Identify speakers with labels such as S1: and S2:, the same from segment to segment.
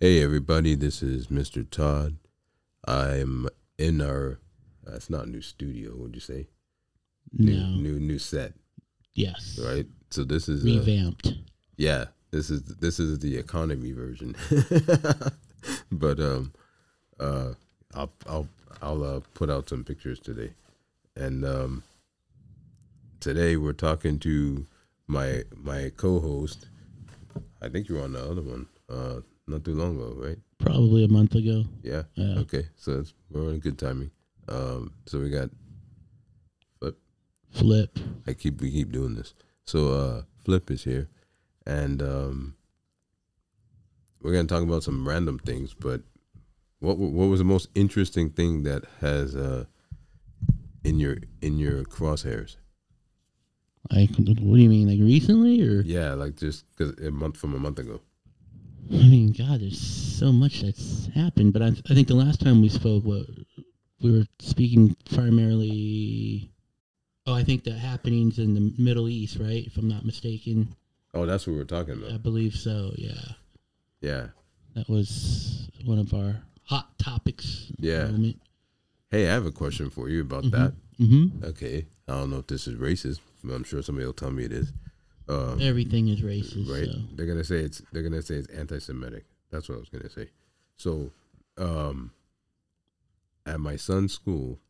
S1: Hey, everybody, this is Mr. Todd. I'm in our, uh, it's not a new studio, would you say? New,
S2: No.
S1: new, new set,
S2: Yes.
S1: right? So this is, uh,
S2: Revamped.
S1: yeah, this is, this is the economy version. but, um, uh, I'll, I'll, I'll, uh, put out some pictures today. And, um, today we're talking to my, my co-host. I think you were on the other one, uh, not too long ago, right?
S2: Probably a month ago.
S1: Yeah.
S2: Yeah.
S1: Okay. So it's, we're on good timing. Um. So we got.
S2: Flip.
S1: I keep we keep doing this. So uh, Flip is here, and um. We're gonna talk about some random things, but what wa- what was the most interesting thing that has uh. In your in your crosshairs.
S2: Like, what do you mean? Like recently, or
S1: Yeah, like just cause a month from a month ago.
S2: I mean, God, there's so much that's happened. But I, I think the last time we spoke, what we were speaking primarily. Oh, I think the happenings in the Middle East, right? If I'm not mistaken,
S1: Oh, that's what we were talking
S2: I
S1: about.
S2: believe so. Yeah,
S1: Yeah.
S2: that was one of our hot topics. at the
S1: Yeah.
S2: Moment.
S1: Hey, I have a question for you about
S2: Mhm.
S1: that.
S2: Mm-hmm.
S1: Okay. I don't know if this is racist, but I'm sure somebody will tell me it is. Um,
S2: Everything is racist.
S1: right?
S2: So.
S1: They're gonna say it's they're gonna say it's anti-Semitic. That's what I was gonna say. So, um, at my son's school,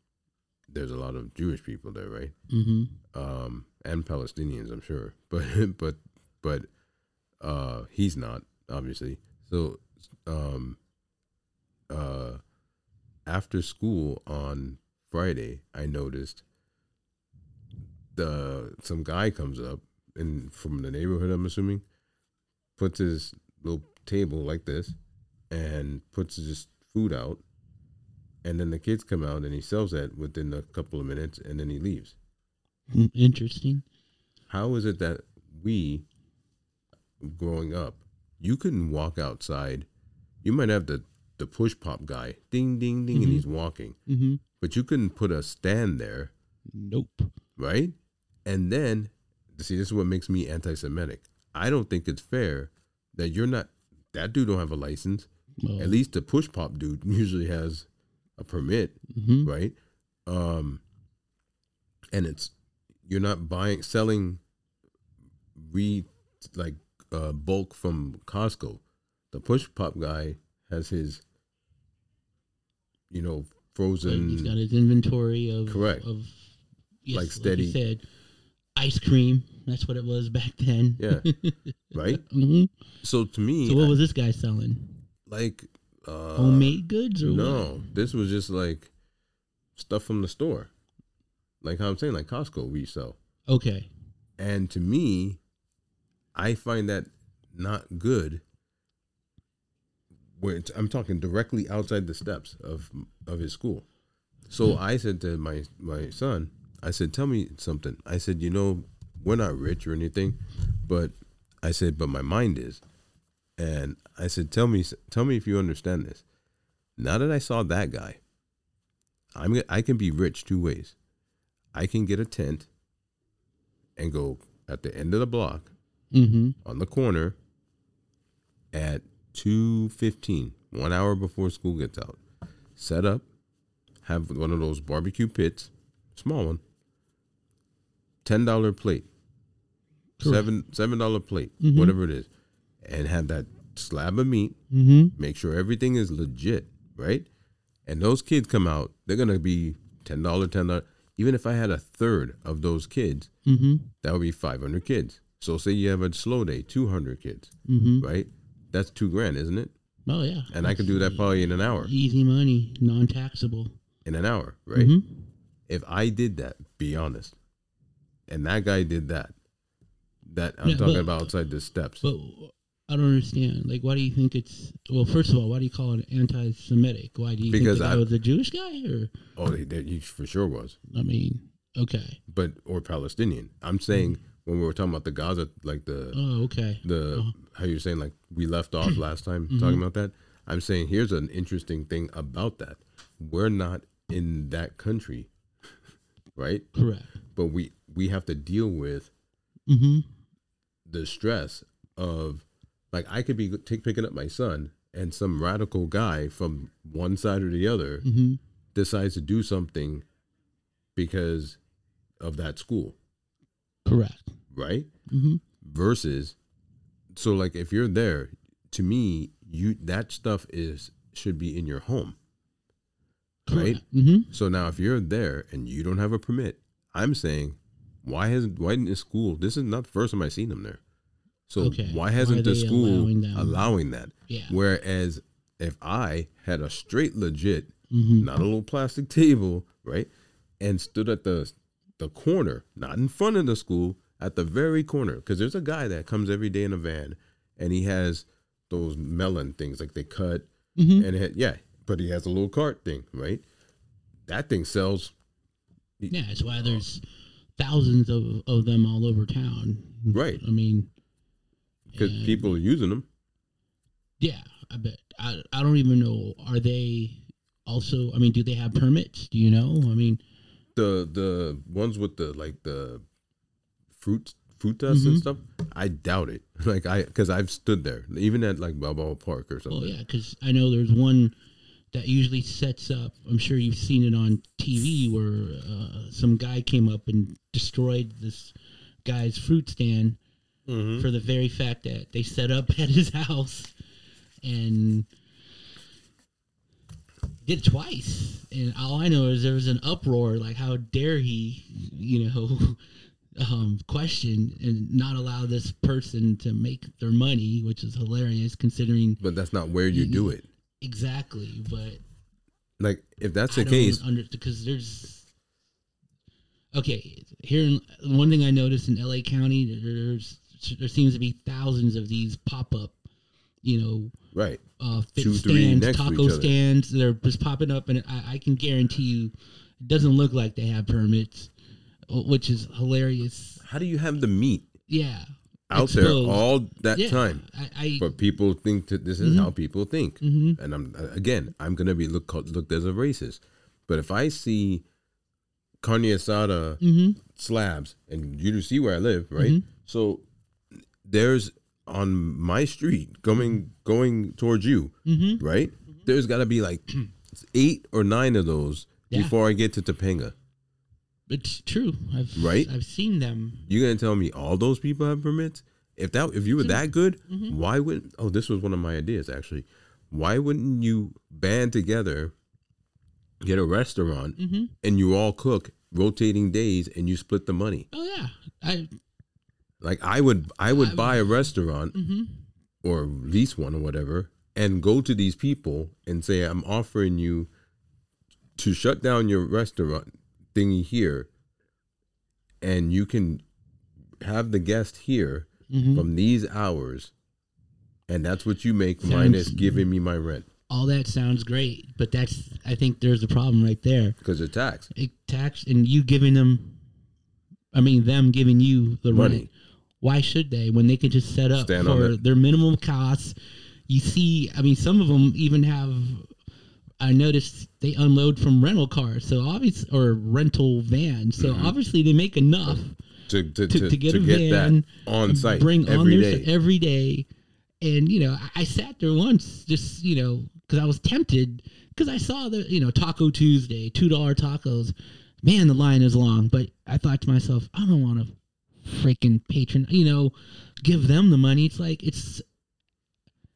S1: there's a lot of Jewish people there, right?
S2: Mm-hmm.
S1: Um, and Palestinians, I'm sure, but but but uh, he's not obviously. So, um, uh, after school on Friday, I noticed the some guy comes up and from the neighborhood, I'm assuming, puts his little table like this and puts his food out. And then the kids come out and he sells that within a couple of minutes and then he leaves.
S2: Mm-hmm. Interesting.
S1: How is it that we, growing up, you couldn't walk outside? You might have the, the push pop guy, ding, ding, ding, and he's walking,
S2: Mm-hmm.
S1: but you couldn't put a stand there
S2: Nope.
S1: right? And then, see, this is what makes me anti-Semitic. I don't think it's fair that you're not. That dude don't have a license.
S2: Well,
S1: At least the push pop dude usually has a permit,
S2: mhm.
S1: right? Um, and it's you're not buying, selling, re like uh, bulk from Costco. The push pop guy has his, you know,
S2: So
S1: frozen.
S2: he's got his inventory of
S1: Correct.
S2: of yes,
S1: Like
S2: like
S1: steady-
S2: steady said ice cream. That's what it was back then.
S1: Yeah. right.
S2: hmm
S1: So to me,
S2: So what was this guy selling?
S1: like uh,
S2: Homemade goods or
S1: No, this was just like stuff from the store, like how I'm saying, like Costco we sell.
S2: what? Okay.
S1: And to me, I find that not good. Where it's, I'm talking directly outside the steps of of his school, so I said to my my son, I said, "Tell me something." I said, "You know, we're not rich or anything, but I said, but my mind is." And I said, "Tell me, tell me if you understand this." Now that I saw that guy, I'm I can be rich two ways. I can get a tent and go at the end of the block
S2: Mm-hmm.
S1: on the corner at 2.15 one hour before school gets out set up have one of those barbecue pits small one $10 plate
S2: Correct.
S1: seven seven dollar plate
S2: Mhm.
S1: whatever it is and have that slab of meat
S2: Mm-hmm.
S1: make sure everything is legit, right? And those kids come out, they're gonna be ten dollar, ten dollar. Even if I had a third of those kids,
S2: Mm-hmm.
S1: that would be five hundred kids. So say you have a slow day, two hundred kids,
S2: Mm-hmm.
S1: right? That's two grand, isn't it?
S2: Oh yeah.
S1: And I could do that probably in an hour.
S2: Easy money, non-taxable.
S1: In an hour, right?
S2: Mhm.
S1: If I did that, be honest, and that guy did that, that I'm
S2: Yeah,
S1: talking
S2: but-
S1: about outside the steps.
S2: But I don't understand. Like, why do you think it's? Well, first of all, why do you call it anti-Semitic? Why do you
S1: Because
S2: think the
S1: I-
S2: guy was a Jewish guy, or
S1: oh, he, he for sure was.
S2: I mean, okay,
S1: but or Palestinian. I'm saying
S2: Mm-hmm.
S1: when we were talking about the Gaza, like the
S2: oh okay,
S1: the how you're saying like we left off last time talking about that. I'm saying here's an interesting thing about that. We're not in that country, right?
S2: correct.
S1: But we we have to deal with
S2: Mm-hmm.
S1: the stress of like I could be take picking up my son and some radical guy from one side or the other
S2: hmm
S1: decides to do something because of that school,
S2: Correct.
S1: right?
S2: hmm
S1: Versus, so like if you're there, to me, you that stuff is should be in your home, right?
S2: hmm
S1: So now, if you're there and you don't have a permit, I'm saying, why hasn't why didn't the school? This is not the first time I've seen them there. So
S2: Okay. Why
S1: why
S2: are
S1: hasn't the
S2: they
S1: school
S2: allowing
S1: allowing,
S2: them?
S1: that?
S2: Yeah.
S1: Whereas if I had a straight legit,
S2: hmm
S1: not a little plastic table, right, and stood at the the corner, not in front of the school, at the very corner, because there's a guy that comes every day in a van, and he has those melon things like they cut
S2: hmm
S1: and it, yeah, but he has a little cart thing, right? That thing sells,
S2: Yeah, it's why there's thousands of, of them all over town.
S1: Right.
S2: I mean,
S1: because
S2: and-
S1: people are using them.
S2: Yeah, I bet. I, I don't even know. Are they also? I mean, do they have permits? Do you know? I mean,
S1: The the ones with the like the fruit frutas and
S2: Mhm.
S1: stuff. I doubt it. Like I, because I've stood there, even at like Balboa Park or
S2: well,
S1: something.
S2: Oh, yeah, because I know there's one that usually sets up. I'm sure you've seen it on TV where uh, some guy came up and destroyed this guy's fruit stand
S1: Mhm.
S2: for the very fact that they set up at his house and did it twice. And all I know is there was an uproar, like how dare he, you know, um, question and not allow this person to make their money, which is hilarious considering
S1: But that's not where you do it.
S2: exactly. But
S1: Like if that's
S2: I
S1: the
S2: don't
S1: case,
S2: Under because there's okay here. In, one thing I noticed in L.A. County, there's there seems to be thousands of these pop up, you know,
S1: right?
S2: uh, fit
S1: Two, three
S2: stands,
S1: next to
S2: taco
S1: each other.
S2: stands. They're just popping up, and I, I can guarantee you, it doesn't look like they have permits, wh- which is hilarious.
S1: How do you have the meat
S2: Yeah,
S1: out
S2: Exposed.
S1: there all that
S2: yeah. Mm-hmm.
S1: time?
S2: I, I
S1: But people think that this is how people think.
S2: Mhm.
S1: And I'm again, I'm gonna be looked called- looked as a racist. But if I see carne asada
S2: Mhm.
S1: slabs, and you do see where I live, right?
S2: Mm-hmm.
S1: So there's on my street coming going towards you,
S2: Mhm.
S1: right? There's got to be like eight or nine of those
S2: Yeah.
S1: before I get to Topanga.
S2: it's true. I've
S1: Right?
S2: I've seen them.
S1: You gonna tell me all those people have permits? If that if you were that good,
S2: Mm-hmm.
S1: why wouldn't? Oh, this was one of my ideas actually. Why wouldn't you band together, get a restaurant,
S2: Mhm.
S1: and you all cook rotating days, and you split the money?
S2: Oh yeah, I
S1: Like I would, I would
S2: I
S1: buy a restaurant
S2: mhm.
S1: or lease one or whatever, and go to these people and say, I'm offering you to shut down your restaurant thingy here, and you can have the guest here
S2: Mhm.
S1: from these hours, and that's what you make
S2: Sounds-
S1: minus giving me my rent
S2: all that sounds great, but that's I think there's a problem right there.
S1: because they're taxed.
S2: It tax and you giving them, I mean them giving you the
S1: Money.
S2: rent. Why should they when they can just set up
S1: Stand on
S2: for
S1: it.
S2: their minimum costs? You see, I mean, some of them even have. I noticed they unload from rental cars, so obvious or rental vans. So
S1: Mm-hmm.
S2: obviously they make enough
S1: To to,
S2: To-
S1: to,
S2: to
S1: to
S2: get
S1: get,
S2: a van,
S1: that on site
S2: bring on
S1: every
S2: their
S1: day.
S2: every day. And you know, I, I sat there once, just you know, because I was tempted because I saw the you know Taco Tuesday, two dollar tacos. Man, the line is long, but I thought to myself, I don't want to freaking patron, you know, give them the money. It's like it's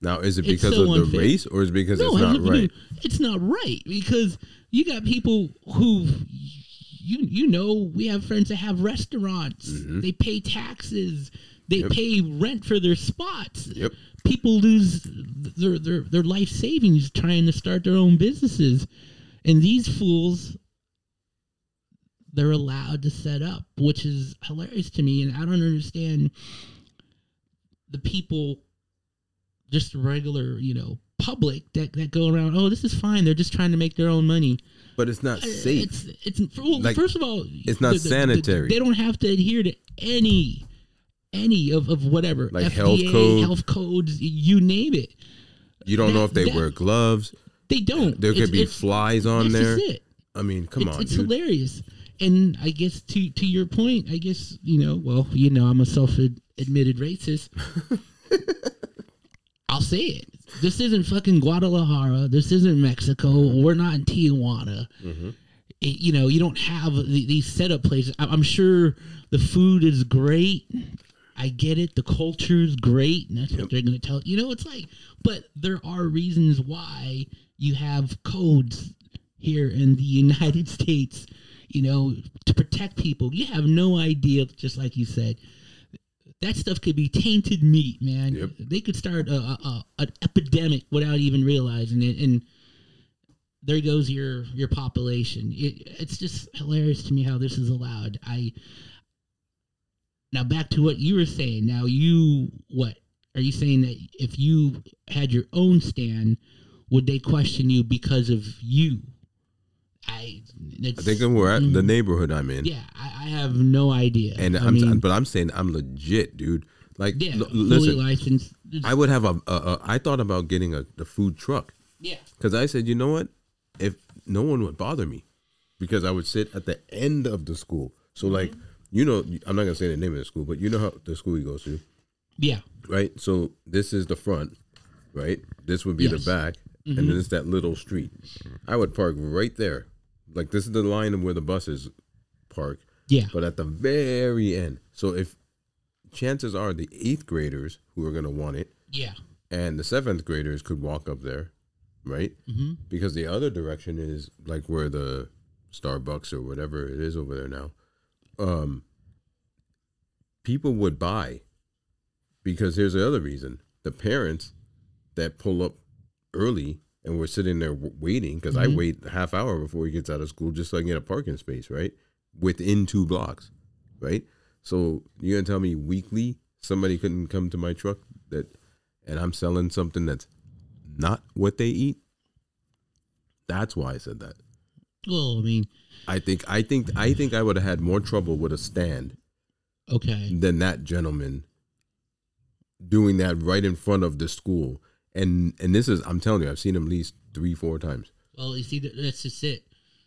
S1: now, is it
S2: It's
S1: because
S2: so
S1: of the
S2: unfair.
S1: race or is it because
S2: no,
S1: it's
S2: it has
S1: not
S2: nothing to
S1: right?
S2: do- It's not right because you got people who you you know we have friends that have restaurants.
S1: Mhm.
S2: They pay taxes. They
S1: Yep.
S2: pay rent for their spots.
S1: Yep.
S2: People lose their their their life savings trying to start their own businesses, and these fools. They're allowed to set up, which is hilarious to me, and I don't understand the people just regular, you know, public that, that go around. Oh, this is fine. They're just trying to make their own money.
S1: But it's not
S2: Uh,
S1: safe.
S2: It's it's well,
S1: Like,
S2: first of all,
S1: it's not sanitary.
S2: they don't have to adhere to any any of, of whatever
S1: Like health code.
S2: health codes, you name it.
S1: you don't know if they
S2: that-
S1: wear gloves.
S2: They don't.
S1: There could
S2: It's-
S1: be
S2: it's-
S1: flies on
S2: this
S1: there.
S2: is it.
S1: I mean, come
S2: it's,
S1: on,
S2: it's
S1: dude.
S2: hilarious. And I guess to to your point, I guess you know. Well, you know, I'm a self admitted racist. I'll say it. This isn't fucking Guadalajara. This isn't Mexico. We're not in Tijuana.
S1: Mm-hmm.
S2: It- you know, you don't have the, these setup places. I, I'm sure the food is great. I get it. The culture is great. And that's what they're going to tell. You know, it's like, but there are reasons why you have codes here in the United States, you know, to protect people. You have no idea, just like you said. That stuff could be tainted meat, man.
S1: Yep.
S2: They could start a, a, a, an epidemic without even realizing it. And there goes your your population. It, it's just hilarious to me how this is allowed. I now back to what you were saying. Now you what are you saying that if you had your own stand, would they question you because of you? I
S1: I
S2: it's-
S1: think I'm where I, the neighborhood I'm in.
S2: Mm-hmm. yeah. I, I have no idea.
S1: And
S2: I
S1: I'm,
S2: mean,
S1: but I'm saying I'm legit, dude. Like,
S2: yeah,
S1: l-
S2: fully
S1: listen,
S2: licensed.
S1: I would have a, a, a. I thought about getting a the food truck
S2: yeah,
S1: because I said, you know what, if no one would bother me, because I would sit at the end of the school. So like,
S2: Mm-hmm.
S1: you know, I'm not gonna say the name of the school, but you know how the school you go to,
S2: yeah,
S1: right? So this is the front, right? This would be
S2: Yes.
S1: the back, and then it's that little street. I would park right there, like this is the line of where the buses park
S2: yeah,
S1: but at the very end. So if chances are the eighth graders who are going to want it
S2: yeah.
S1: and the seventh graders could walk up there, right?
S2: hmm
S1: Because the other direction is like where the Starbucks or whatever it is over there now. Um, people would buy because here's the other reason the parents that pull up early and we're sitting there w- waiting because I wait a half hour before he gets out of school just so I can get a parking space, right? Within two blocks, right? So you're gonna tell me weekly somebody couldn't come to my truck that, and I'm selling something that's not what they eat. That's why I said that.
S2: Well, I mean,
S1: I think I think I think I would have had more trouble with a stand
S2: okay.
S1: than that gentleman doing that right in front of the school. And and this is I'm telling you, I've seen him at least three, four times.
S2: Well, you see, that- that's just it.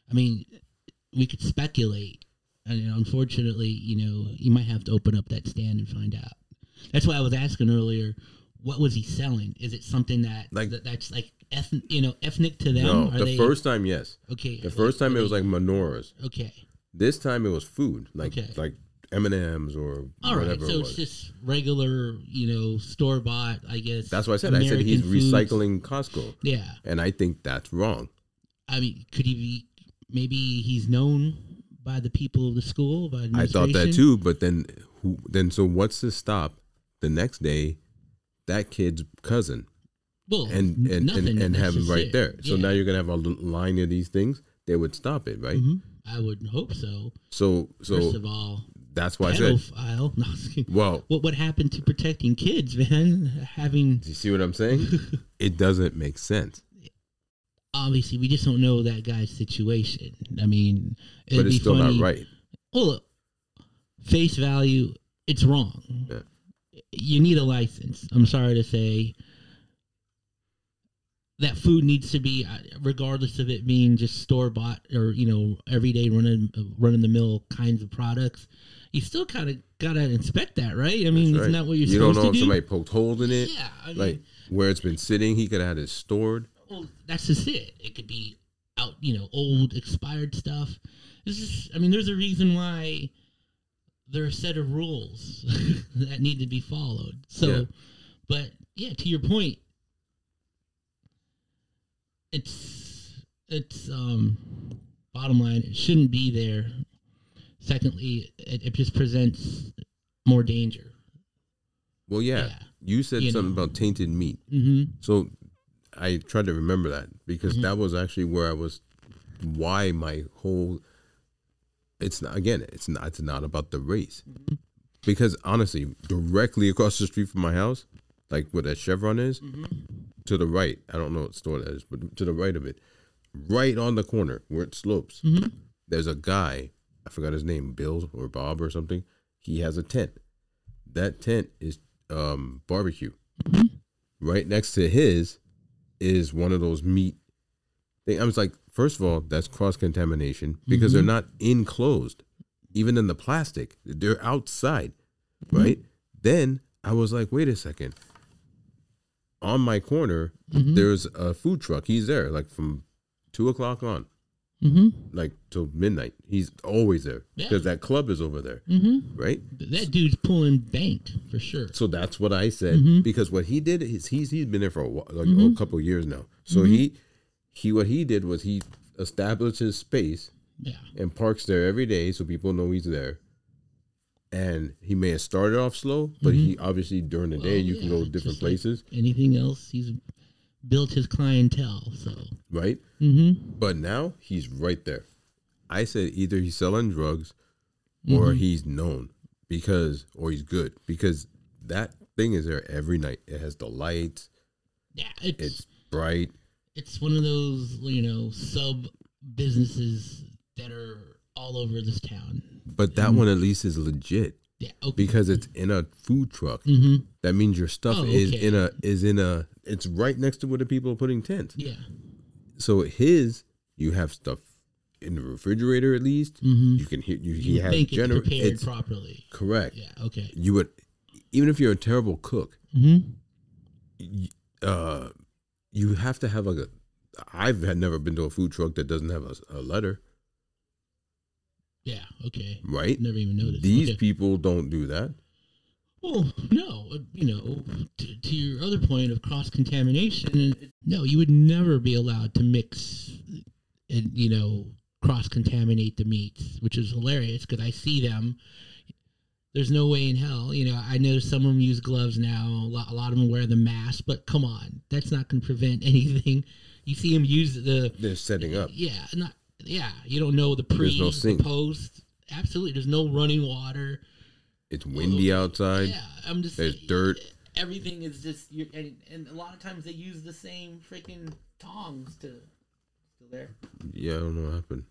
S2: I mean, we could speculate, and you know, unfortunately, you know, you might have to open up that stand and find out. That's why I was asking earlier, what was he selling? Is it something that
S1: Like-
S2: that, that's like ethnic, you know, ethnic to them?
S1: no,
S2: Are
S1: the
S2: they-
S1: first time, yes.
S2: okay,
S1: The first time it was like menorahs.
S2: okay,
S1: This time it was food, like
S2: Okay.
S1: like M and M's or
S2: all right.
S1: whatever
S2: So
S1: it
S2: it's
S1: was.
S2: just regular, you know, store bought, I guess.
S1: that's why I said I said he's
S2: American foods.
S1: recycling Costco,
S2: Yeah,
S1: and I think that's wrong.
S2: I mean, could he be? Maybe he's known by the people of the school. By
S1: I thought that
S2: administration?
S1: too, but then who? Then so what's to stop the next day? That kid's cousin
S2: Well,
S1: and and
S2: nothing,
S1: and, and
S2: that's
S1: have him
S2: just
S1: right
S2: it.
S1: there. So
S2: Yeah.
S1: now you're gonna have a l- line of these things. They would stop it, right?
S2: Mhm. I would hope so.
S1: So
S2: First
S1: so
S2: of all,
S1: that's why I said.
S2: pedophile. No, I'm just kidding.
S1: Well,
S2: what what happened to protecting kids, man? Having
S1: do you see what I'm saying? it doesn't make sense.
S2: obviously, we just don't know that guy's situation. I mean, it'd
S1: But it's
S2: be
S1: still
S2: funny.
S1: not right.
S2: Well, face value, it's wrong.
S1: Yeah.
S2: You need a license. I'm sorry to say. That food needs to be, uh, regardless of it being just store bought or you know everyday running running the mill kinds of products, you still kind of gotta inspect that, right? I mean,
S1: That's right.
S2: isn't that what you're
S1: you don't
S2: supposed
S1: know if
S2: to do?
S1: somebody poked holes in it,
S2: yeah, I mean,
S1: like where it's been sitting. He could have had it stored.
S2: well, Oh, that's just it. It could be out, you know, old, expired stuff. This is, I mean, there's a reason why there are a set of rules that need to be followed. So,
S1: Yeah.
S2: but yeah, to your point, it's it's um bottom line it shouldn't be there secondly it, it just presents more danger
S1: Well, yeah.
S2: Yeah.
S1: You said
S2: You
S1: something
S2: know.
S1: about tainted meat.
S2: mm-hmm
S1: So I tried to remember that because that was actually where I was why my whole it's not again, it's not it's not about the race. Because honestly, directly across the street from my house, like where that Chevron is, to the right, I don't know what store that is, but to the right of it, right on the corner where it slopes, there's a guy, I forgot his name, Bill or Bob or something. He has a tent. That tent is um barbecue right next to his is one of those meat thing. I was like, first of all, that's cross contamination because they're not enclosed, even in the plastic. They're outside, right? Then I was like, wait a second. on my corner,
S2: Mhm.
S1: there's a food truck. He's there like from two o'clock on,
S2: Mhm.
S1: like till midnight. He's always there
S2: Yeah.
S1: because that club is over there,
S2: Mhm.
S1: right?
S2: That dude's pulling bank for sure.
S1: So that's what I said
S2: Mhm.
S1: because what he did is he's he's been there for a, while, like
S2: Mhm.
S1: a couple of years now. So
S2: Mhm.
S1: he he what he did was he established his space
S2: Yeah.
S1: and parks there every day so people know he's there. And he may have started off slow, but he obviously during the day
S2: Mm-hmm.
S1: you
S2: Well,
S1: can
S2: Oh,
S1: go
S2: yeah, just
S1: different
S2: like
S1: places,
S2: Anything else? He's built his clientele. So.
S1: right?
S2: Mm-hmm.
S1: But now he's right there. I said either he's selling drugs
S2: Mm-hmm.
S1: or he's known because or he's good because that thing is there every night. It has the lights,
S2: Yeah. It's,
S1: it's
S2: it's
S1: bright.
S2: one of those you know sub businesses that are all over this town.
S1: But
S2: Mm.
S1: that one at least is legit
S2: Yeah. Okay.
S1: because it's in a food truck.
S2: mm-hmm.
S1: That means your stuff
S2: Oh,
S1: is
S2: okay.
S1: in a is in a it's right next to where the people are putting tents.
S2: Yeah.
S1: So his you have stuff in the refrigerator at least.
S2: Mm-hmm.
S1: You can hear you he
S2: You
S1: has
S2: think it's
S1: gener-
S2: prepared
S1: it's
S2: properly.
S1: correct.
S2: Yeah. Okay.
S1: You would even if you're a terrible cook,
S2: Mm-hmm.
S1: y- uh you have to have like a I've had never been to a food truck that doesn't have a, a letter,
S2: Yeah. Okay.
S1: right?
S2: Never even noticed.
S1: These
S2: Okay.
S1: people don't do that.
S2: Well, no, uh, you know, to, to your other point of cross contamination, no, you would never be allowed to mix and you know cross contaminate the meats, which is hilarious because I see them. There's no way in hell, you know. I know some of them use gloves now. A lot, a lot of them wear the mask, but come on, that's not going to prevent anything. You see them use the
S1: They're setting up.
S2: yeah, not yeah. You don't know the pre,
S1: There's no
S2: the
S1: sink.
S2: post. Absolutely, there's no running water.
S1: It's windy outside.
S2: Yeah, I'm just.
S1: There's dirt.
S2: Everything is just you and and a lot of times they use the same freaking tongs to. Still there.
S1: Yeah, I don't know what happened.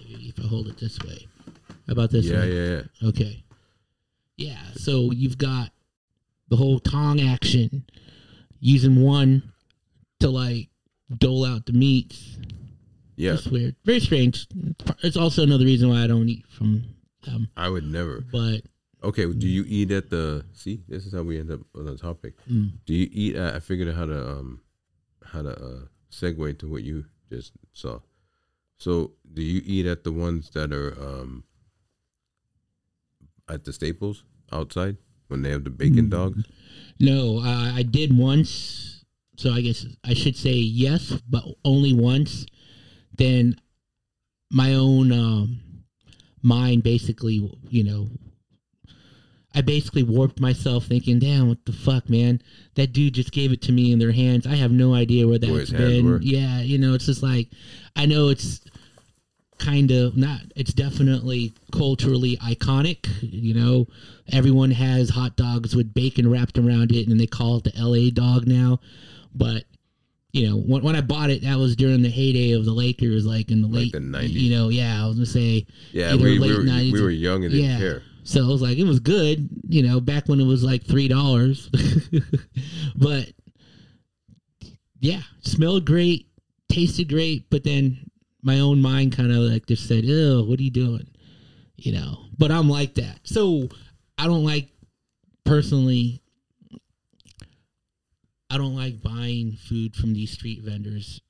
S2: If I hold it this way, how about this
S1: Yeah,
S2: one?
S1: yeah, yeah.
S2: Okay. Yeah. So you've got the whole tong action, using one to like dole out the meats.
S1: Yeah.
S2: It's weird. Very strange. It's also another reason why I don't eat from them.
S1: I would never.
S2: But
S1: Okay, do you eat at the? See, this is how we end up on the topic.
S2: mm,
S1: Do you eat? At, I figured out how to um, how to uh, segue to what you just saw. So, do you eat at the ones that are um, at the Staples outside when they have the
S2: Mm.
S1: bacon dogs?
S2: No, uh, I did once. So I guess I should say yes, but only once. Then my own um, mind basically, you know, I basically warped myself thinking, damn, what the fuck, man? That dude just gave it to me in their hands. I have no idea
S1: Where
S2: where
S1: his
S2: that's
S1: hands were.
S2: been. Yeah, you know, it's just like, I know it's kind of not it's definitely culturally iconic you know everyone has hot dogs with bacon wrapped around it and they call it the la dog now but you know when, when i bought it that was during the heyday of the lakers like in the
S1: Like
S2: late
S1: the 90s.
S2: you know yeah i was gonna say
S1: Yeah,
S2: Either
S1: we, we
S2: late
S1: were
S2: 90s
S1: we were young and didn't
S2: yeah
S1: care.
S2: so it was like it was good you know back when it was like three dollars but yeah smelled great tasted great but then my own mind kind of like just said oh what are you doing you know but i'm like that so i don't like personally i don't like buying food from these street vendors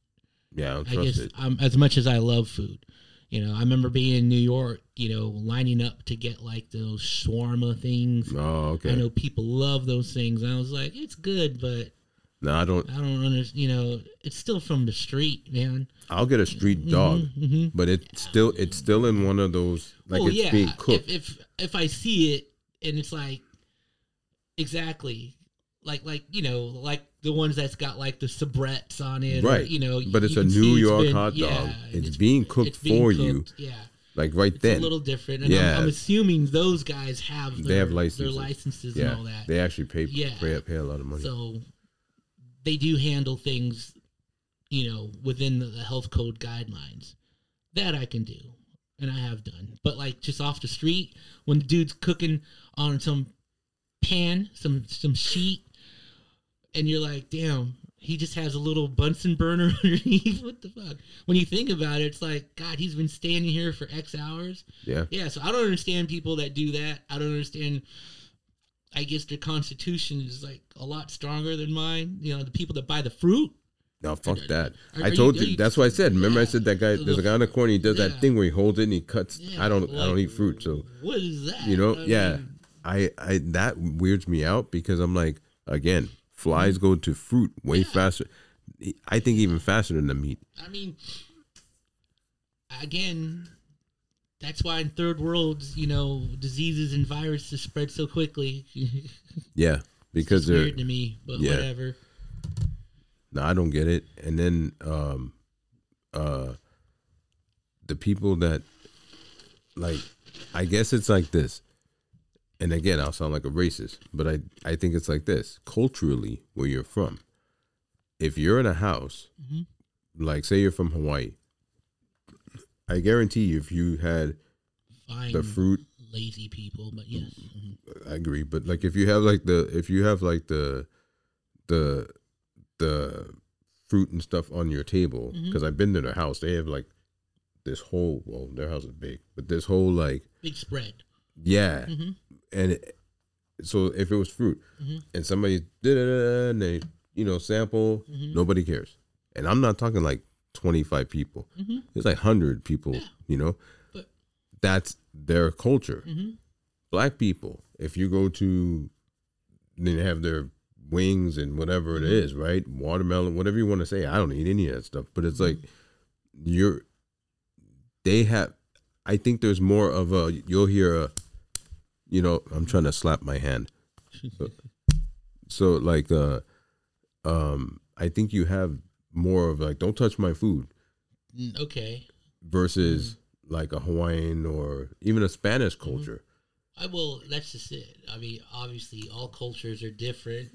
S1: Yeah, I don't
S2: I
S1: trust
S2: guess
S1: it.
S2: um, as much as I love food, you know, I remember being in New York, you know, lining up to get like those shawarma things.
S1: Oh,
S2: I
S1: okay.
S2: know people love those things. And I was like, it's good, but
S1: No, I don't.
S2: I don't understand. You know, it's still from the street, man.
S1: I'll get a street dog,
S2: hmm
S1: but it's still it's still in one of those like
S2: well,
S1: it's
S2: Oh, yeah.
S1: being cooked.
S2: If, if if I see it and it's like exactly like like you know like the ones that's got like the sabrettes on it, or,
S1: Right,
S2: you know,
S1: but it's
S2: you
S1: a
S2: can
S1: New
S2: see it's
S1: York
S2: been-
S1: hot dog.
S2: yeah,
S1: it's, being cooked
S2: it's being
S1: for you,
S2: cooked, Yeah.
S1: like right
S2: It's
S1: then.
S2: a little different. And
S1: Yeah.
S2: I'm, I'm assuming those guys have their,
S1: They have licenses.
S2: their licenses
S1: yeah,
S2: and all that.
S1: they actually pay,
S2: Yeah.
S1: pay pay a lot of money.
S2: so they do handle things, you know, within the, the health code guidelines. That I can do, and I have done. But like just off the street, when the dude's cooking on some pan, some some sheet, and you're like, damn. He just has a little Bunsen burner underneath. What the fuck? When you think about it, it's like, God, he's been standing here for X hours.
S1: yeah,
S2: Yeah, so I don't understand people that do that. I don't understand I guess their constitution is like a lot stronger than mine. You know, the people that buy the fruit.
S1: No, fuck that.
S2: Are- are
S1: I
S2: you-
S1: told
S2: are
S1: you,
S2: you-
S1: That's why I said. Remember, I said that guy.
S2: Yeah.
S1: There's a guy in the corner. He does
S2: Yeah.
S1: that thing where he holds it and he cuts.
S2: yeah,
S1: I don't. I
S2: like,
S1: don't eat fruit, so
S2: what is that?
S1: you know.
S2: I
S1: yeah,
S2: mean,
S1: I. I that weirds me out because I'm like, again, flies go to fruit way
S2: Mm. Yeah.
S1: faster. I think even faster than the meat.
S2: I mean, again, that's why in third worlds, you know, diseases and viruses spread so quickly.
S1: Yeah, because
S2: it's
S1: they're.
S2: weird to me, but
S1: yeah.
S2: whatever.
S1: No, I don't get it. And then um uh the people that like I guess it's like this. And again, I'll sound like a racist, but I I think it's like this. Culturally, where you're from. If you're in a house,
S2: Mhm.
S1: like say you're from Hawaii, I guarantee you if you had
S2: Fine,
S1: the fruit
S2: lazy people, but yes, mhm.
S1: I agree, but like if you have like the if you have like the the the fruit and stuff on your table
S2: Mhm.
S1: because I've been to their house. They have like this whole well, their house is big, but this whole like
S2: big spread.
S1: yeah,
S2: hmm
S1: and it, so if it was fruit
S2: Mhm.
S1: and somebody did it and they you know sample,
S2: Mhm.
S1: nobody cares, and I'm not talking like 25 people.
S2: hmm
S1: It's like 100 people,
S2: Yeah.
S1: you know.
S2: But-
S1: That's their culture
S2: hmm
S1: black people if you go to then they have their wings and whatever it
S2: Mhm.
S1: is right watermelon whatever you want to say i don't eat any of that stuff but it's like you're they have i think there's more of a you'll hear a you know i'm trying to slap my hand so, so like uh um i think you have more of like don't touch my food
S2: Okay,
S1: versus like a hawaiian or even a spanish culture
S2: I will. That's just it. I mean, obviously, all cultures are different.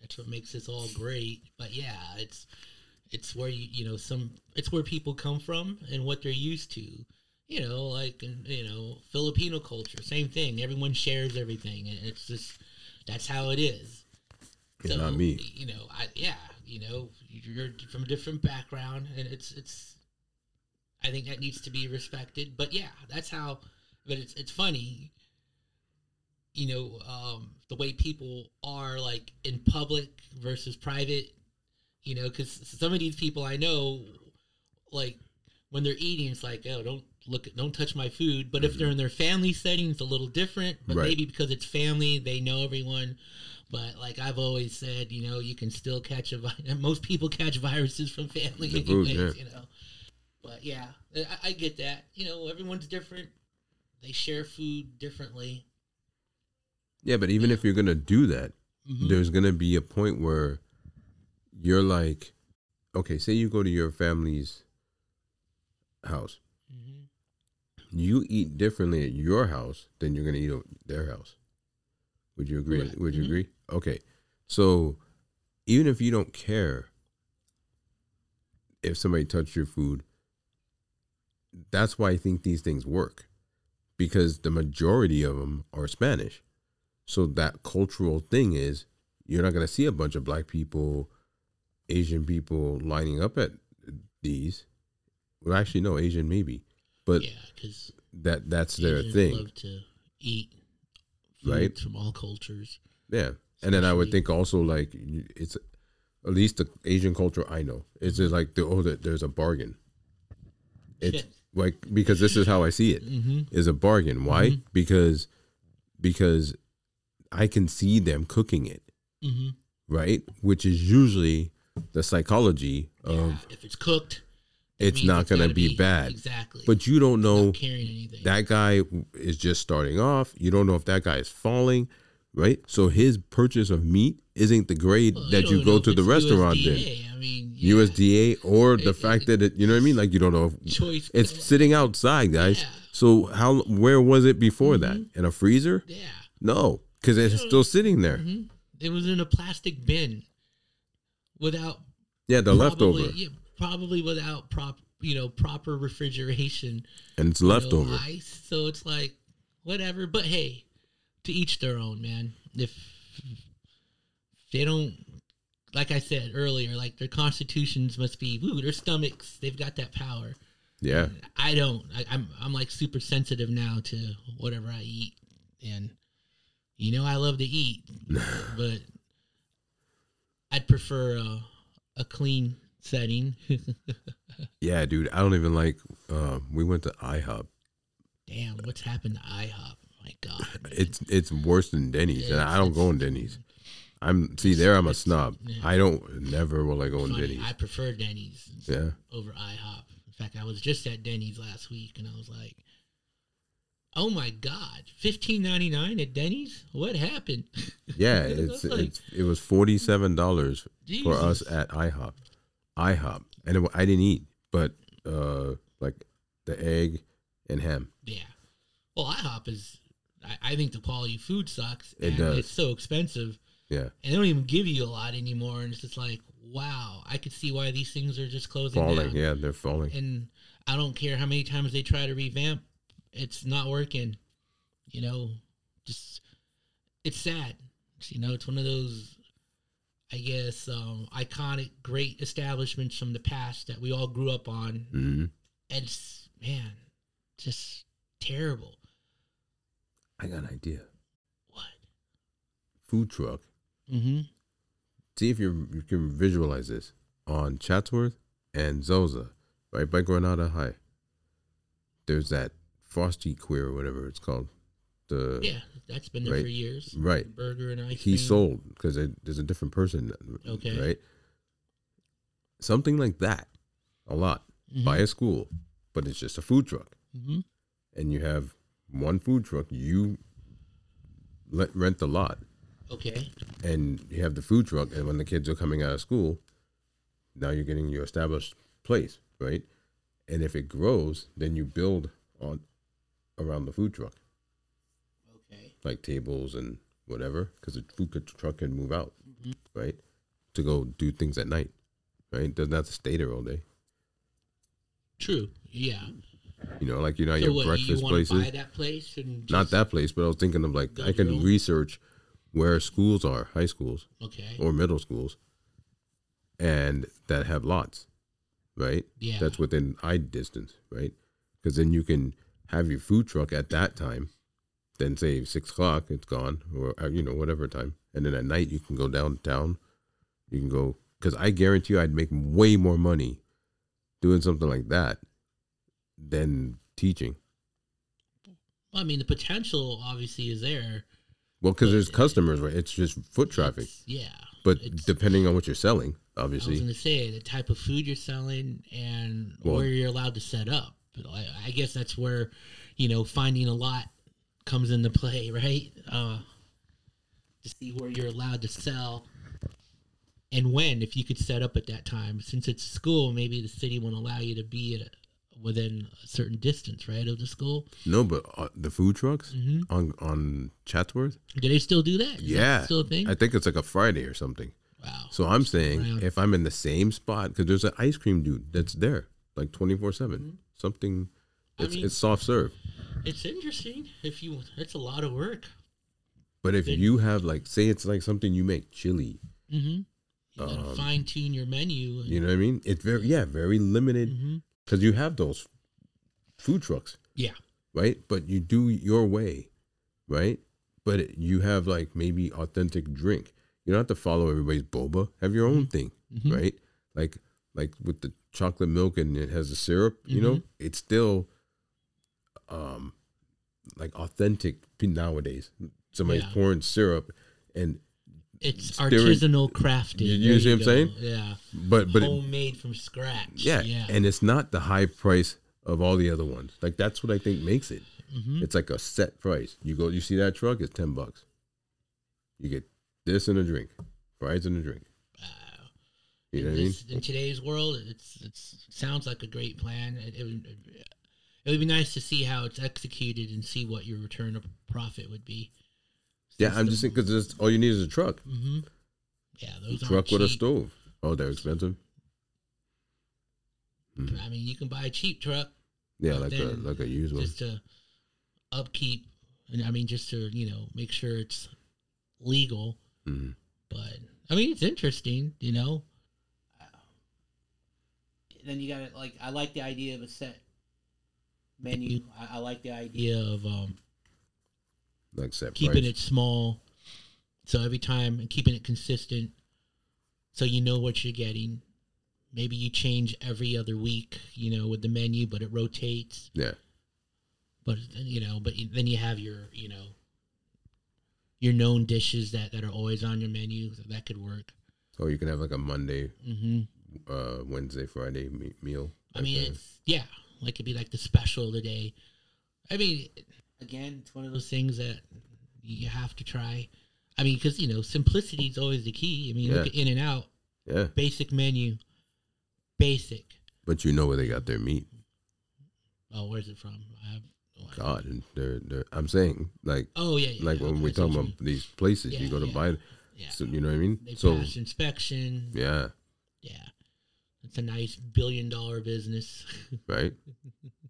S2: That's what makes us all great. But yeah, it's it's where you you know some it's where people come from and what they're used to. You know, like in- you know Filipino culture, same thing. Everyone shares everything, and it's just that's how it is.
S1: Yeah, not me.
S2: You know, I yeah. You know, you're from a different background, and it's it's. I think that needs to be respected, but yeah, that's how. But it's it's funny you know um, the way people are like in public versus private you know because some of these people i know like when they're eating it's like oh don't look at don't touch my food but if they're in their family setting it's a little different but
S1: Mm-hmm. Right.
S2: maybe because it's family they know everyone but like i've always said you know you can still catch a vi- most people catch viruses from family
S1: The
S2: anyways,
S1: food,
S2: you know but yeah I, I get that you know everyone's different they share food differently
S1: Yeah, but even if you're gonna do that,
S2: Mhm.
S1: there's gonna be a point where you're like, okay, say you go to your family's house,
S2: Mhm.
S1: you eat differently at your house than you're gonna eat at their house. Would you agree?
S2: Correct.
S1: Would you
S2: Mhm.
S1: agree? Okay, so even if you don't care if somebody touched your food, that's why I think these things work because the majority of them are Spanish. So that cultural thing is you're not going to see a bunch of black people, Asian people lining up at these. Well, actually, no, Asian maybe, but
S2: yeah, because
S1: that that's their thing,
S2: Love to eat,
S1: Right.
S2: foods From all cultures.
S1: yeah. And then I would
S2: especially-
S1: think also like you- it's at least the Asian culture I know. It's just like the, oh, there- there's a bargain. It's
S2: Shit.
S1: like because this is how I see it.
S2: Mm-hmm.
S1: is a bargain. Why? Because because I can see them cooking it,
S2: Mm-hmm.
S1: right? Which is usually the psychology of
S2: if it's cooked, it
S1: Um, it's
S2: means
S1: not
S2: gotta
S1: gonna be bad.
S2: Exactly.
S1: But you don't know
S2: not carrying anything.
S1: that guy is just starting off. You don't know if that guy is falling, right? So his purchase of meat isn't the grade
S2: Well,
S1: that you,
S2: don't know
S1: go
S2: if
S1: to the
S2: it's
S1: restaurant in.
S2: USDA. I mean, yeah,
S1: USDA or the
S2: It-
S1: fact that it, you know what I mean? Like you don't know if
S2: choice.
S1: it's sitting outside, guys.
S2: Yeah. Mm-hmm.
S1: So how where was it before that? In a freezer?
S2: yeah.
S1: No, because it's still sitting there.
S2: hmm It was in a plastic bin, without
S1: Yeah, the
S2: probably,
S1: leftover,
S2: yeah, probably without prop, you know, proper refrigeration.
S1: and it's
S2: you know,
S1: leftover.
S2: ice. So it's like whatever. But hey, to each their own, man. If they don't, like I said earlier, like their constitutions must be woo. Their stomachs, they've got that power.
S1: yeah,
S2: I don't. I, I'm I'm like super sensitive now to whatever I eat, and You know I love to eat, but I'd prefer a, a clean setting.
S1: Yeah, dude. I don't even like. Uh, we went to IHOP.
S2: Damn, what's happened to IHOP? My God, man.
S1: It's it's worse than Denny's, and
S2: It's-
S1: I don't go in
S2: it's-
S1: Denny's. I'm see there. I'm a
S2: It's-
S1: snob.
S2: yeah.
S1: I don't never will I go in
S2: funny,
S1: Denny's.
S2: I prefer Denny's
S1: Yeah,
S2: over IHOP. In fact, I was just at Denny's last week, and I was like, "Oh my God, fifteen ninety nine at Denny's? What happened?"
S1: yeah. It's,
S2: Like,
S1: it's it was forty seven dollars for us
S2: Jesus.
S1: at IHOP. IHOP, and it, wa- I didn't eat, but uh, like the egg and ham.
S2: Yeah. Well, IHOP is. I, I think the quality of food sucks.
S1: It
S2: and
S1: does.
S2: It's so expensive,
S1: Yeah,
S2: and they don't even give you a lot anymore. And it's just like, wow, I could see why these things are just closing
S1: falling.
S2: down.
S1: Yeah, they're falling.
S2: And I don't care how many times they try to revamp, it's not working. You know, just it's sad. You know, it's one of those, I guess, um, iconic, great establishments from the past that we all grew up on
S1: hmm
S2: and it's man, just terrible.
S1: I got an idea.
S2: What?
S1: Food truck.
S2: Mm-hmm.
S1: See if you you can visualize this on Chatsworth and Zoza, right by Granada High. There's that Frosty Queer or whatever it's called. The
S2: Yeah, that's been there
S1: Right.
S2: for years.
S1: right.
S2: Burger and ice
S1: he
S2: cream.
S1: sold because there's a different person.
S2: Okay.
S1: Right. Something like that, a lot
S2: Mhm.
S1: by a school, but it's just a food truck,
S2: Mhm.
S1: and you have one food truck. You let, rent the lot,
S2: Okay.
S1: and you have the food truck. And when the kids are coming out of school, now you're getting your established place, right? And if it grows, then you build on around the food truck,
S2: Okay.
S1: like tables and whatever, because the food c- truck can move out.
S2: Mm-hmm.
S1: right? To go do things at night, right? Doesn't have to stay there all day.
S2: True. Yeah.
S1: You know, like you know
S2: so
S1: your
S2: what?
S1: breakfast
S2: you want to
S1: places.
S2: buy that place and just,
S1: Not that place, but I was thinking of like
S2: Go
S1: I can
S2: drill?
S1: research where schools are, high schools
S2: Okay.
S1: or middle schools, and that have lots, right?
S2: yeah.
S1: That's within eye distance, right? Because then you can have your food truck at that time. Then say six o'clock, it's gone, or uh, you know whatever time, and then at night you can go downtown. You can go because I guarantee you, I'd make way more money doing something like that than teaching.
S2: Well, I mean, the potential obviously is there.
S1: Well, because there's customers, right? It's just foot traffic,
S2: It's- yeah.
S1: but
S2: it's,
S1: depending on what you're selling,
S2: I was
S1: obviously,
S2: going to say the type of food you're selling and
S1: Well-
S2: where you're allowed to set up. But I, I guess that's where, you know, finding a lot comes into play, right? Uh, to see where you're allowed to sell and when, if you could set up at that time. Since it's school, maybe the city won't allow you to be at a, within a certain distance, right, of the school.
S1: no, but uh, the food trucks
S2: Mhm.
S1: on on Chatsworth,
S2: Do they still do that? Is that
S1: yeah,
S2: still a thing?
S1: I think it's like a Friday or something.
S2: wow.
S1: So I'm saying
S2: Around.
S1: if I'm in the same spot, because there's an ice cream dude that's there like 24 7, something,
S2: Mm-hmm. I
S1: it's,
S2: mean-
S1: it's soft serve.
S2: It's interesting. If you, it's a lot of work.
S1: But if
S2: Then-
S1: you have like, say it's like something you make chili,
S2: Mm-hmm. You gotta
S1: Um,
S2: fine tune your menu. And,
S1: you know what I mean? It's very, yeah, very limited
S2: Mhm.
S1: because you have those food trucks,
S2: Yeah.
S1: right? But you do your way, right? But it- you have like maybe authentic drink. You don't have to follow everybody's boba, have your own thing.
S2: Mhm.
S1: right? Like like with the chocolate milk and it has the syrup, you know,
S2: Mhm.
S1: it's still um like authentic p- nowadays. Somebody's
S2: Yeah.
S1: pouring syrup and
S2: It's
S1: Spirit-
S2: artisanal crafted.
S1: You- you
S2: There
S1: see what I'm
S2: go.
S1: saying?
S2: Yeah.
S1: but but it,
S2: Homemade from scratch.
S1: yeah,
S2: Yeah.
S1: and it's not the high price of all the other ones. Like that's what I think makes it.
S2: Mhm.
S1: It's like a set price. You go you see that truck, it's 10 bucks. You get this and a drink. Fries and a drink.
S2: Wow.
S1: You know what I mean?
S2: This- In today's world, it's it's sounds like a great plan. It, it would it would be nice to see how it's executed and see what your return of profit would be.
S1: Yeah, I'm just saying because all you need is a truck.
S2: hmm Yeah,
S1: A
S2: those
S1: truck
S2: aren't
S1: with a
S2: cheap.
S1: stove. Oh, they're expensive.
S2: I mean, you can buy a cheap truck
S1: Yeah,
S2: But
S1: like a
S2: then
S1: like a used one.
S2: just to upkeep, and I mean, just to you know make sure it's legal.
S1: Mhm.
S2: But I mean, it's interesting, you know. Then you got to like. I like the idea of a set menu. I, I like the idea of um,
S1: like set
S2: keeping
S1: price.
S2: it small. So every time and keeping it consistent. So you know what you're getting. Maybe you change every other week, you know, with the menu, but it rotates.
S1: Yeah,
S2: But you know, but you- then you have your, you know, your known dishes that that are always on your menu. So that could work.
S1: or Oh, you can have like a Monday,
S2: Mm-hmm.
S1: uh, Wednesday, Friday me- meal.
S2: I
S1: like
S2: mean,
S1: that.
S2: it's, yeah, like it'd be like the special today. I mean, again, it's one of those things that you have to try. I mean, because you know, simplicity is always the key. I mean, look at In and Out,
S1: yeah,
S2: basic menu, basic.
S1: but you know where they got their meat.
S2: Oh, where's it from? I have, oh, I-
S1: God, and they're, they're I'm saying like
S2: oh yeah, yeah,
S1: like
S2: yeah,
S1: when
S2: okay,
S1: we're
S2: I see what
S1: talking
S2: you
S1: about
S2: mean.
S1: these places, you
S2: Yeah,
S1: go to
S2: yeah.
S1: buy. it.
S2: yeah,
S1: So you know what I mean.
S2: they
S1: So
S2: pass inspection. Yeah.
S1: yeah,
S2: it's a nice billion dollar business.
S1: right.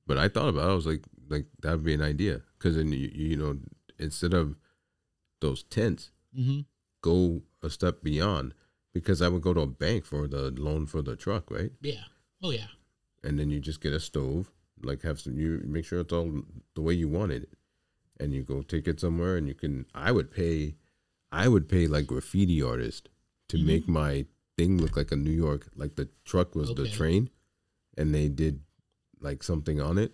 S1: but I thought about it. I was like, like that would be an idea because then you, you know instead of those tents,
S2: mm-hmm.
S1: go a step beyond because I would go to a bank for the loan for the truck, right?
S2: Yeah. Oh yeah.
S1: and then you just get a stove like have some you make sure it's all the way you want it and you go take it somewhere and you can i would pay i would pay like graffiti artist to
S2: Mhm.
S1: make my thing look like a new york like the truck was the
S2: Okay.
S1: train and they did like something on it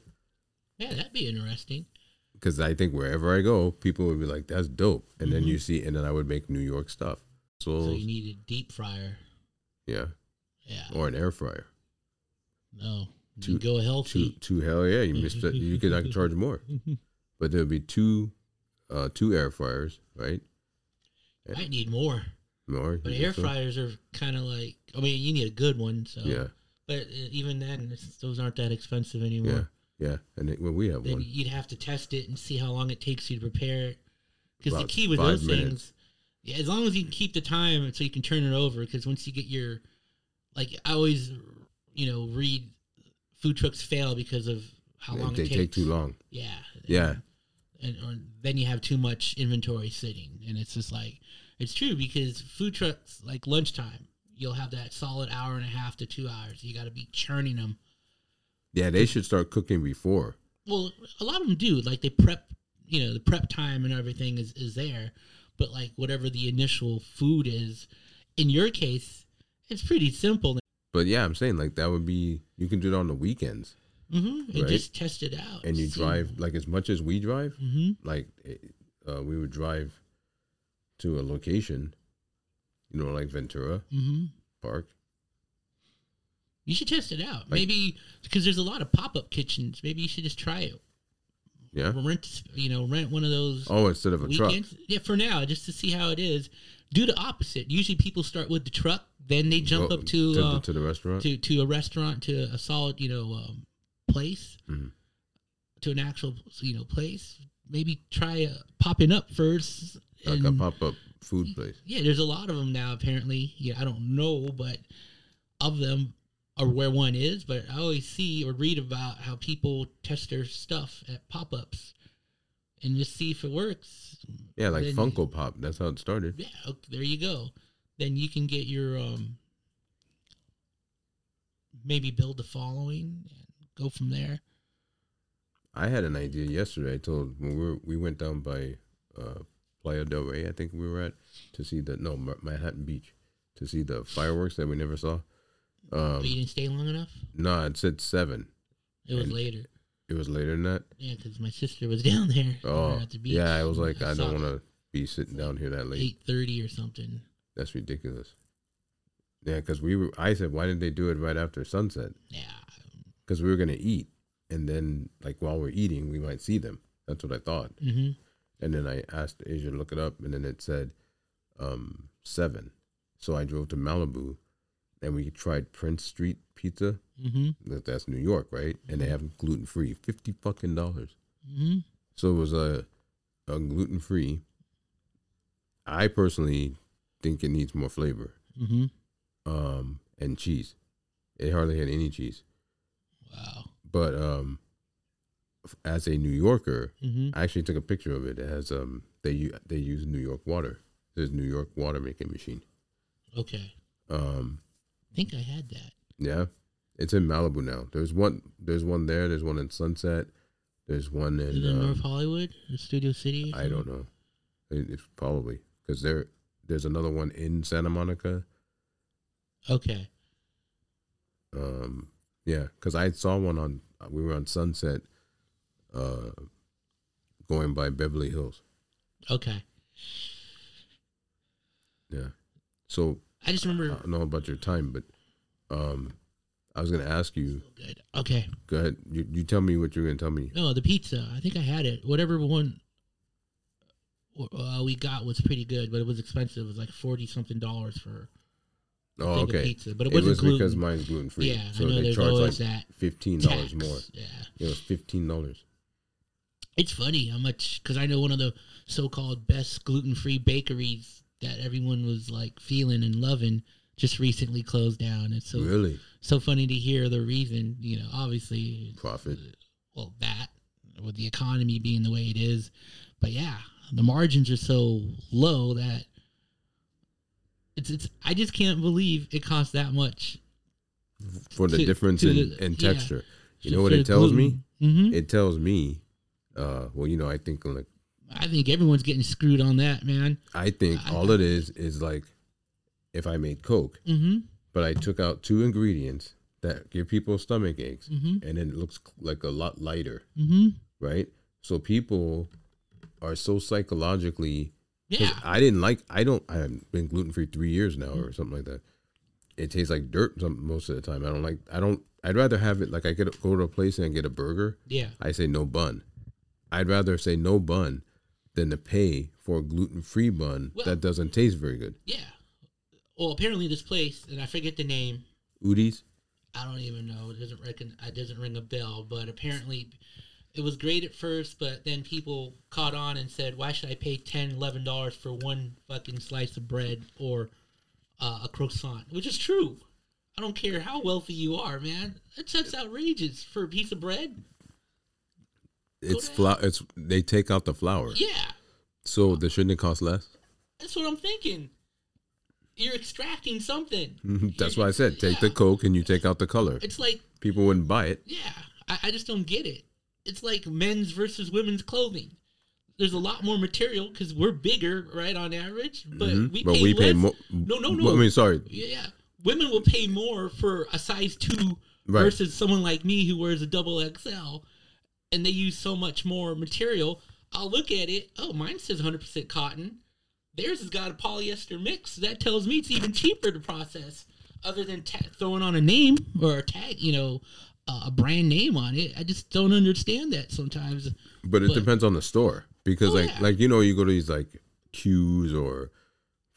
S2: Yeah, that'd be interesting.
S1: because i think wherever i go people would be like that's dope and then you see and then i would make new york stuff so,
S2: Mm-hmm. So you need a deep fryer.
S1: yeah
S2: Yeah.
S1: or an air fryer
S2: No.
S1: Two-
S2: you go
S1: two
S2: healthy.
S1: two hell yeah you missed it you could like charge more but there would be two uh two air fryers right
S2: Might need more.
S1: more
S2: But
S1: you think
S2: air
S1: so?
S2: fryers are kind of like, I mean, you need a good one. So,
S1: yeah
S2: But uh, even then, it's, those aren't that expensive anymore.
S1: yeah yeah and it, well we have
S2: Then
S1: one
S2: you'd have to test it and see how long it takes you to prepare it. Because the
S1: About
S2: key with
S1: five
S2: those
S1: minutes.
S2: things, yeah, as long as you can keep the time so you can turn it over. Because once you get your, like, I always, you know, read food trucks fail because of how long
S1: they
S2: it takes.
S1: take too long
S2: Yeah.
S1: yeah
S2: and or then you have too much inventory sitting and it's just like it's true because food trucks like lunchtime you'll have that solid hour and a half to two hours you got to be churning them
S1: yeah they should start cooking before
S2: well a lot of them do like they prep you know the prep time and everything is is there but like whatever the initial food is in your case it's pretty simple
S1: but yeah i'm saying like that would be you can do it on the weekends
S2: hmm and
S1: Right.
S2: just test it out
S1: and you drive like as much as we drive
S2: hmm
S1: like it- uh, we would drive to a location you know like ventura
S2: hmm
S1: park
S2: you should test it out
S1: Like-
S2: maybe because there's a lot of pop-up kitchens maybe you should just try it
S1: yeah
S2: rent you know rent one of those
S1: oh instead of a truck
S2: weekends yeah for now just to see how it is do the opposite usually people start with the truck then they jump
S1: Go
S2: up to
S1: to,
S2: uh,
S1: the, to the restaurant
S2: to to a restaurant to a solid you know um, place
S1: Mhm.
S2: to an actual you know place maybe try uh, popping up first
S1: like a
S2: and-
S1: pop-up food place
S2: yeah there's a lot of them now apparently yeah i don't know but of them or where one is but i always see or read about how people test their stuff at pop-ups and just see if it works
S1: yeah like
S2: Then-
S1: funko pop that's how it started
S2: yeah ok- there you go then you can get your um maybe build the following and go from there
S1: I had an idea yesterday. I told when we were, we went down by uh, Playa del Rey, I think we were at to see the no Ma- Manhattan Beach to see the fireworks that we never saw.
S2: but you
S1: Um,
S2: didn't stay long enough
S1: no, it said seven.
S2: it was
S1: and-
S2: later
S1: It was later than that.
S2: yeah because my sister was down there We were
S1: Oh,
S2: at the beach.
S1: yeah. I was like, I
S2: saw
S1: don't want to be sitting down here that late.
S2: 8.30 or something
S1: That's ridiculous. Yeah, because we were. I said, why didn't they do it right after sunset?
S2: yeah
S1: Because we were gonna eat, and then like while we're eating, we might see them. That's what I thought.
S2: hmm
S1: And then I asked Asia to look it up, and then it said um, seven. So I drove to Malibu, and we tried Prince Street Pizza.
S2: hmm
S1: That- That's New York, right? And they have gluten free, fifty fucking dollars.
S2: hmm
S1: So it was a, a gluten free. I personally think it needs more flavor
S2: hmm
S1: um, and cheese. It hardly had any cheese,
S2: Wow.
S1: but um, f- as a New Yorker,
S2: hmm
S1: I actually took a picture of it. It has um they u- they use New York water. There's New York water making machine.
S2: Okay.
S1: Um
S2: I think I had that.
S1: yeah. It's in Malibu now. There's one there's one there, there's one in Sunset. There's one
S2: Is
S1: in
S2: it North
S1: um,
S2: Hollywood, or Studio City? or
S1: I don't know.
S2: something?
S1: It, it's probably because there there's another one in Santa Monica.
S2: Okay.
S1: Um, yeah, because I saw one on we were on Sunset, uh, going by Beverly Hills.
S2: Okay.
S1: Yeah, so
S3: I just
S1: I
S3: remember.
S1: don't know about your time, but um, I was gonna ask you.
S2: Good. Okay.
S1: Go ahead. You, you tell me what you're gonna tell me.
S2: No, the pizza. I think I had it. Whatever one uh, we got was pretty good, but it was expensive. It was like forty something dollars for a
S1: Oh,
S2: thing of
S1: okay.
S2: pizza, but it
S1: It
S2: wasn't
S1: was
S2: gluten.
S1: because mine's gluten free.
S2: yeah,
S1: so
S2: I know
S1: they
S2: there's
S1: charge like
S2: always that
S1: fifteen
S2: tax.
S1: dollars more.
S2: Yeah,
S1: It was fifteen dollars.
S2: it's funny how much because I know one of the so-called best gluten-free bakeries that everyone was like feeling and loving just recently closed down. It's so
S1: Really,
S2: so funny to hear the reason. You know, obviously, uh,
S1: profit.
S2: well that with the economy being the way it is, but yeah, the margins are so low that it's it's. I just can't believe it costs that much.
S1: for the
S2: to-
S1: difference
S2: to
S1: in,
S2: the-
S1: in
S2: yeah.
S1: texture. You know what it tells me?
S2: hmm
S1: It tells me, uh, well, you know, I think like
S2: I think everyone's getting screwed on that, man.
S1: I think
S2: I-
S1: all it is is like if I made Coke,
S2: hmm
S1: but I took out two ingredients that give people stomach aches,
S2: hmm
S1: and then it looks like a lot lighter,
S2: hmm
S1: right? So people are so psychologically. 'cause
S2: Yeah. Hmm?
S1: I didn't like. I don't. I've been gluten free three years now, or something like that. It tastes like dirt some, most of the time. I don't like. I don't. I'd rather have it like I could go to a place and get a burger,
S2: Yeah.
S1: I say no bun. I'd rather say no bun than to pay for a gluten free bun
S3: Well-
S1: that doesn't taste very good.
S3: Yeah. Well, apparently this place, and I forget the name.
S1: Udi's?
S3: I don't even know. It doesn't reckon. It doesn't ring a bell. But apparently, it was great at first. But then people caught on and said, "Why should I pay 10 11 dollars for one fucking slice of bread or uh, a croissant?" Which is true. I don't care how wealthy you are, man. That's, that's outrageous for a piece of bread.
S1: It's
S3: ahead.
S1: flour. It's they take out the flour,
S3: Yeah,
S1: so they shouldn't it cost less.
S3: that's what I'm thinking. You're extracting something.
S1: That's why I said take the coke and you take out the color.
S3: It's like
S1: People wouldn't buy it.
S3: Yeah, I, I just don't get it. It's like men's versus women's clothing. There's a lot more material because we're bigger, right, on average. But
S1: Mhm.
S3: we
S1: but
S3: pay
S1: we
S3: less.
S1: pay more.
S3: No, no, no.
S1: I mean, sorry.
S3: yeah, women will pay more for a size two
S1: Right.
S3: versus someone like me who wears a double XL, and they use so much more material. I'll look at it. Oh, mine says 100% cotton. Theirs has got a polyester mix. That tells me it's even cheaper to process, other than ta- throwing on a name or a tag, you know, uh, a brand name on it. I just don't understand that sometimes.
S1: But it
S3: But-
S1: depends on the store because,
S3: Oh,
S1: like,
S3: yeah.
S1: like you know, you go to these like Q's or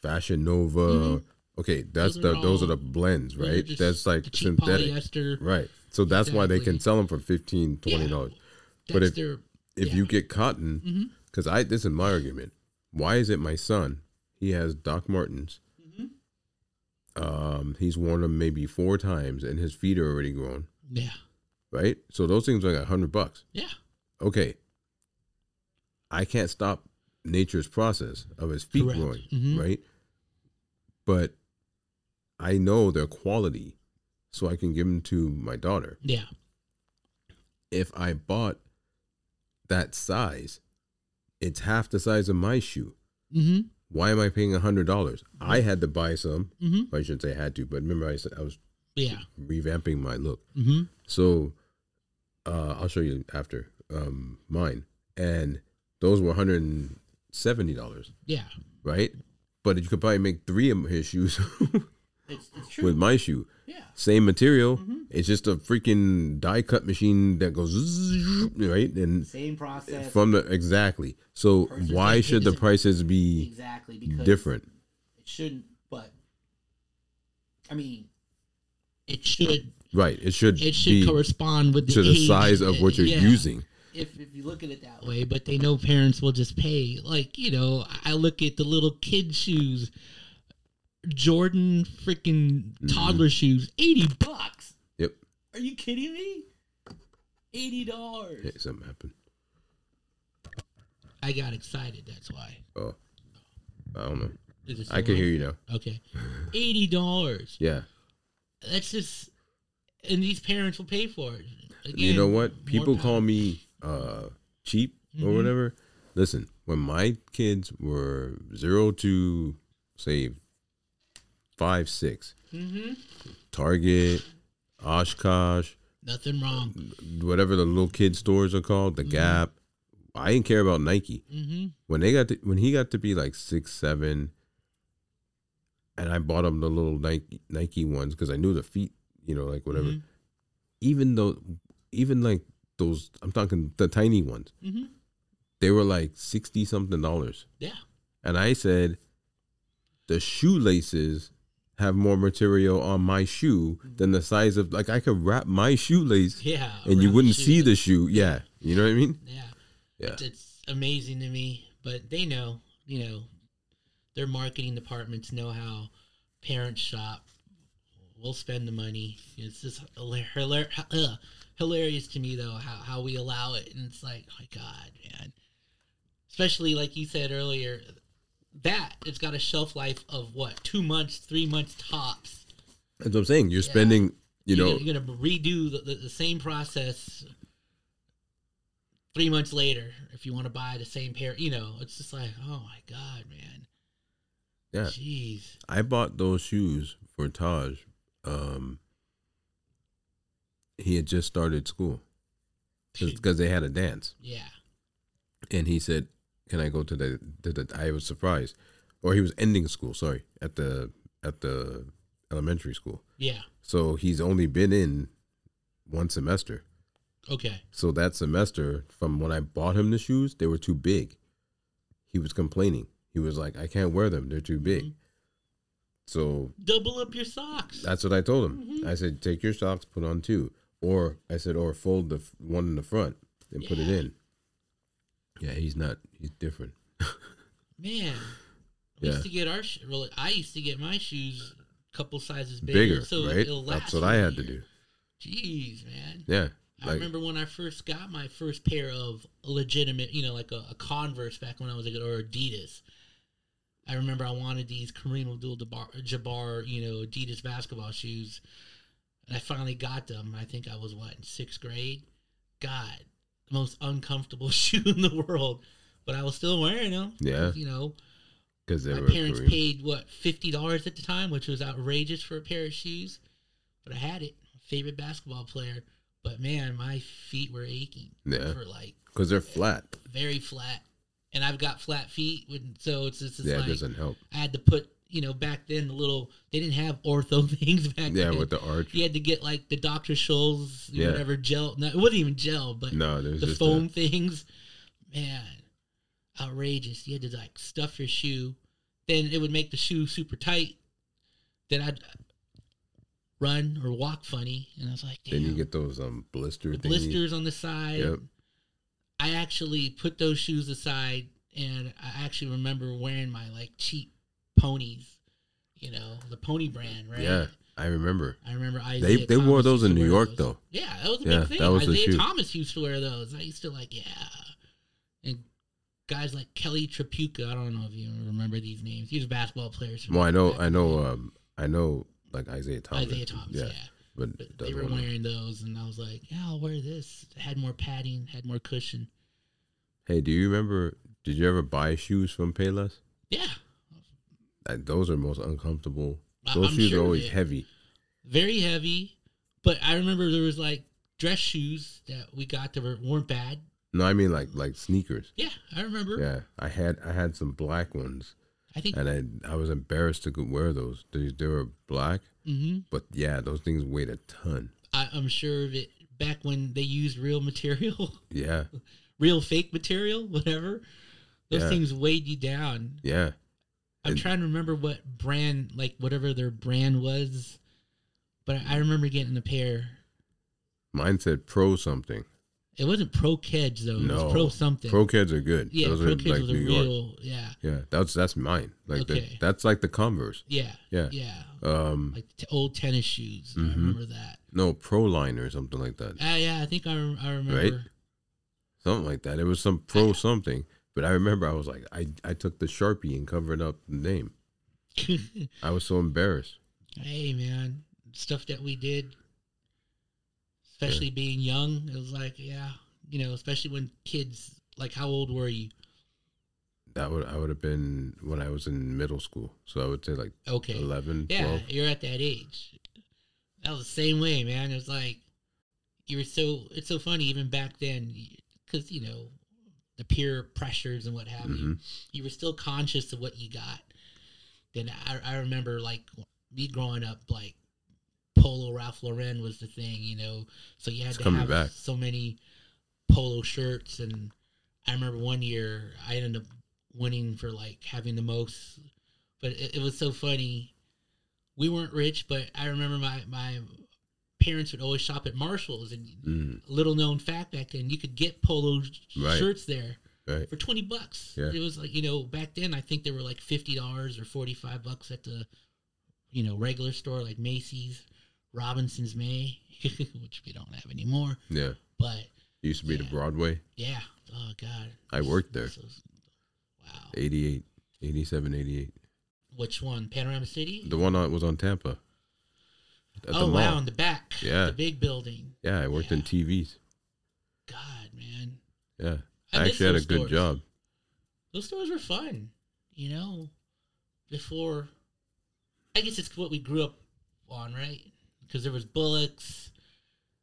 S1: Fashion Nova. Okay, that's
S3: Mm-hmm. Those
S1: the
S3: are
S1: those are
S3: all-
S1: the blends,
S3: Those are
S1: right?
S3: just
S1: That's like
S3: the cheap
S1: synthetic.
S3: polyester.
S1: Right. So that's why they
S3: Exactly.
S1: can sell them for 15 20 dollars. But
S3: That's
S1: if
S3: their
S1: if
S3: yeah.
S1: you get cotton, because I this is my argument. Why is it my son? He has Doc Martens. Um, he's worn them maybe four times, and his feet are already grown.
S2: yeah,
S1: Right. So those things are like a hundred bucks.
S3: yeah,
S1: Okay. I can't stop nature's process of his feet
S2: Correct.
S1: growing,
S2: Mhm.
S1: right? But I know their quality, so I can give them to my daughter
S2: yeah,
S1: if I bought that size, it's half the size of my shoe.
S3: Mm-hmm,
S2: hmm
S1: Why am I paying a hundred dollars? I had to buy some.
S3: mm-hmm,
S2: hmm
S1: I shouldn't say had to, but remember I said I was
S2: yeah,
S1: revamping my look.
S3: mm-hmm,
S2: hmm
S1: So uh, I'll show you after um, mine, and those were hundred and seventy dollars,
S2: yeah.
S1: right? But you could probably make three of his shoes
S3: it's, it's true.
S1: with my shoe.
S3: yeah.
S1: Same material. It's just a freaking die cut machine that goes zzz, right and
S3: Same process.
S1: from the exactly. So
S3: Prices
S1: why
S3: like
S1: should the
S3: it's-
S1: prices be
S3: exactly because
S1: different?
S3: it shouldn't but i mean it should
S1: Right. It should
S2: It should
S1: be
S2: correspond with the
S1: to the
S2: age,
S1: size of what you're
S2: yeah,
S1: using.
S3: if if you look at it that way
S2: Way, but they know parents will just pay. Like you know, I- I look at the little kid shoes, Jordan freaking
S1: Mm-hmm.
S2: toddler shoes, eighty bucks.
S1: Yep.
S3: are you kidding me eighty dollars
S1: Yeah, something happened.
S2: I got excited. That's why.
S1: Oh, I don't know.
S2: Is it
S1: I can
S2: someone?
S1: hear you now.
S2: Okay, eighty dollars.
S1: Yeah.
S2: That's just, and these parents will pay for it. Again,
S1: you know
S2: more
S1: what? People
S2: power.
S1: call me uh, cheap or
S2: Mhm.
S1: whatever. Listen, when my kids were zero to say five, six,
S2: Mm-hmm.
S1: Target, Oshkosh,
S2: Nothing wrong.
S1: whatever the little kid stores are called, the
S2: Mhm.
S1: Gap. I didn't care about Nike
S2: Mm-hmm.
S1: when they got to, when he got to be like six seven, and I bought him the little Nike Nike ones because I knew the feet, you know, like whatever.
S2: Mhm.
S1: Even though, even like those, I'm talking the tiny ones.
S2: Mm-hmm.
S1: They were like sixty something dollars,
S2: Yeah.
S1: and I said, the shoelaces have more material on my shoe than the size of like I could wrap my shoelace
S2: Yeah.
S1: and you
S2: around
S1: wouldn't
S2: shoe.
S1: see the shoe. Yeah, you know what I mean.
S2: Yeah.
S1: Yeah.
S2: It's, it's amazing to me, but they know, you know, their marketing departments know how parents shop. We'll spend the money. It's just hilar- hilar- uh, hilarious to me, though, how, how we allow it. And it's like, oh my God, man. Especially like you said earlier, that it's got a shelf life of what, two months, three months tops.
S1: That's what I'm saying. You're
S2: Yeah.
S1: spending, you
S2: You're
S1: know,
S2: gonna- you're gonna redo the, the, the same process three months later if you want to buy the same pair you know it's just like oh my god man
S1: Yeah.
S2: jeez
S1: I bought those shoes for Taj. Um, he had just started school because they had a dance,
S2: yeah
S1: and he said, "Can I go to the, to the?" I was surprised, or he was ending school. Sorry, at the at the elementary school.
S2: yeah
S1: So he's only been in one semester.
S2: okay
S1: So that semester, from when I bought him the shoes, they were too big. He was complaining. He was like, "I can't wear them. They're too big."
S2: Mhm.
S1: So
S2: double up your socks
S1: That's what I told him.
S2: Mhm.
S1: I said, take your socks, put on two, or I said, or fold the f- one in the front and put it
S2: Yeah.
S1: in. Yeah, he's not. He's different.
S2: man I
S1: Yeah.
S2: used to get our sh- really I used to get my shoes a couple sizes bigger,
S1: Bigger,
S2: so
S1: right?
S2: it'll last
S1: That's what
S2: for
S1: I
S2: a
S1: had to
S2: year.
S1: do.
S2: jeez man
S1: Yeah,
S2: I
S1: like
S2: remember when I first got my first pair of legitimate, you know, like a, a Converse back when I was a kid, or Adidas. I remember I wanted these Kareem Abdul-Jabbar, you know, Adidas basketball shoes, and I finally got them. I think I was what in sixth grade. God, the most uncomfortable shoe in the world, but I was still wearing them.
S1: Yeah.
S2: you know,
S1: because they
S2: my
S1: were
S2: parents
S1: Korean.
S2: paid what fifty dollars at the time, which was outrageous for a pair of shoes, but I had it. Favorite basketball player, but man, my feet were aching
S1: Yeah.
S2: for like
S1: because they're flat.
S2: very flat, and I've got flat feet, when, so it's just it's
S1: yeah, it
S2: like
S1: doesn't help.
S2: I had to put you know back then the little they didn't have ortho things back
S1: Yeah,
S2: then.
S1: with the arch.
S2: you had to get like the Dr. Scholl's
S1: Yeah.
S2: whatever gel. No, it wasn't even gel, but
S1: No, there's
S2: the
S1: just
S2: foam things, man, outrageous. You had to like stuff your shoe, then it would make the shoe super tight. Then I'd run or walk funny, and I was like,
S1: A,
S2: damn,
S1: then you get those um blister
S2: the
S1: thingies.
S2: blisters on the side.
S1: Yep.
S2: I actually put those shoes aside, and I actually remember wearing my like cheap ponies, you know, the pony brand, right?
S1: Yeah, I remember.
S2: I remember I
S1: They- they wore those in New York, though.
S2: Yeah, that was a
S1: Yeah,
S2: big thing.
S1: that was the
S2: Isaiah
S1: shoe.
S2: Thomas used to wear those. I used to like, yeah. And guys like Kelly Trapuka, I don't know if you remember these names. He was a basketball player. so-
S1: Well, I know, I know, um, I know, like Isaiah Thomas.
S2: Isaiah Thomas, yeah.
S1: but,
S2: But
S1: the
S2: they
S1: other
S2: were
S1: one-
S2: wearing those, and I was like, yeah, I'll wear this. It had more padding, had more cushion.
S1: Hey, do you remember? Did you ever buy shoes from Payless?
S2: Yeah,
S1: Like, those are most uncomfortable.
S2: I-
S1: Those
S2: I'm
S1: shoes
S2: sure
S1: are
S2: of
S1: always
S2: it.
S1: heavy.
S2: very heavy. But I remember there was like dress shoes that we got that were, weren't bad.
S1: No, I mean like like sneakers.
S2: Yeah, I remember.
S1: Yeah, I had I had some black ones,
S2: I think.
S1: and I I was embarrassed to go wear those. They they were black,
S2: hmm
S1: but yeah, those things weighed a ton.
S2: I, I'm sure of it back when they used real material,
S1: Yeah,
S2: real fake material, whatever. Those
S1: Yeah.
S2: things weighed you down.
S1: yeah.
S2: I'm
S1: And-
S2: trying to remember what brand, like whatever their brand was, but I, I remember getting a pair.
S1: Mine said pro something.
S2: It wasn't Pro Kids though. It
S1: No,
S2: was Pro something.
S1: Pro kids are good.
S2: yeah,
S1: those
S2: Pro
S1: are
S2: Kids
S1: like
S2: was a
S1: New York.
S2: real. Yeah,
S1: Yeah, that's that's mine. Like the-
S2: Okay.
S1: that's like the Converse.
S2: yeah,
S1: Yeah.
S2: yeah.
S1: Um,
S2: Like t- old tennis shoes. I
S1: Mhm.
S2: remember that.
S1: no pro line or something like that.
S2: Ah, yeah, I think I, rem- I remember.
S1: Something like that. It was some pro something. But I remember I was like, I I took the sharpie and covered up the name. I was so embarrassed.
S2: hey man stuff that we did especially being young it was like yeah you know, especially when kids like how old were you?
S1: That would I would have been when I was in middle school, so I would say like
S2: Okay.
S1: 11,
S2: Yeah,
S1: 12.
S2: you're at that age. That was the same way, man. It was like you were so. It's so funny, even back then, because you know the peer pressures and what have you.
S1: Mhm.
S2: You were still conscious of what you got. Then I, I remember like me growing up, like Polo Ralph Lauren was the thing, you know. So you had
S1: It's
S2: to
S1: coming
S2: have
S1: back.
S2: so many polo shirts, and I remember one year I ended up winning for like having the most. But it, it was so funny. We weren't rich, but I remember my my parents would always shop at Marshalls, and
S1: Mm,
S2: little known fact back then, you could get polo sh-
S1: Right.
S2: shirts there
S1: right.
S2: for twenty bucks.
S1: Yeah.
S2: It was like you know back then I think they were like fifty dollars or forty five bucks at the you know regular store like Macy's, Robinson's May, which we don't have anymore.
S1: Yeah.
S2: But
S1: Used to be the
S2: Yeah.
S1: Broadway.
S2: yeah, oh god,
S1: I worked there.
S2: So- wow,
S1: 88, 87, 88.
S2: which one? Panorama City.
S1: The one that was on Tampa. At
S2: oh wow, in the back.
S1: Yeah.
S2: the big building.
S1: Yeah, I worked in
S2: Yeah.
S1: TVs.
S2: God, man,
S1: Yeah.
S2: I
S1: I,
S2: miss
S1: actually had a
S2: those
S1: good
S2: stores.
S1: job.
S2: those stores were fun. You know, before, I guess it's what we grew up on, right? Because there was Bullocks,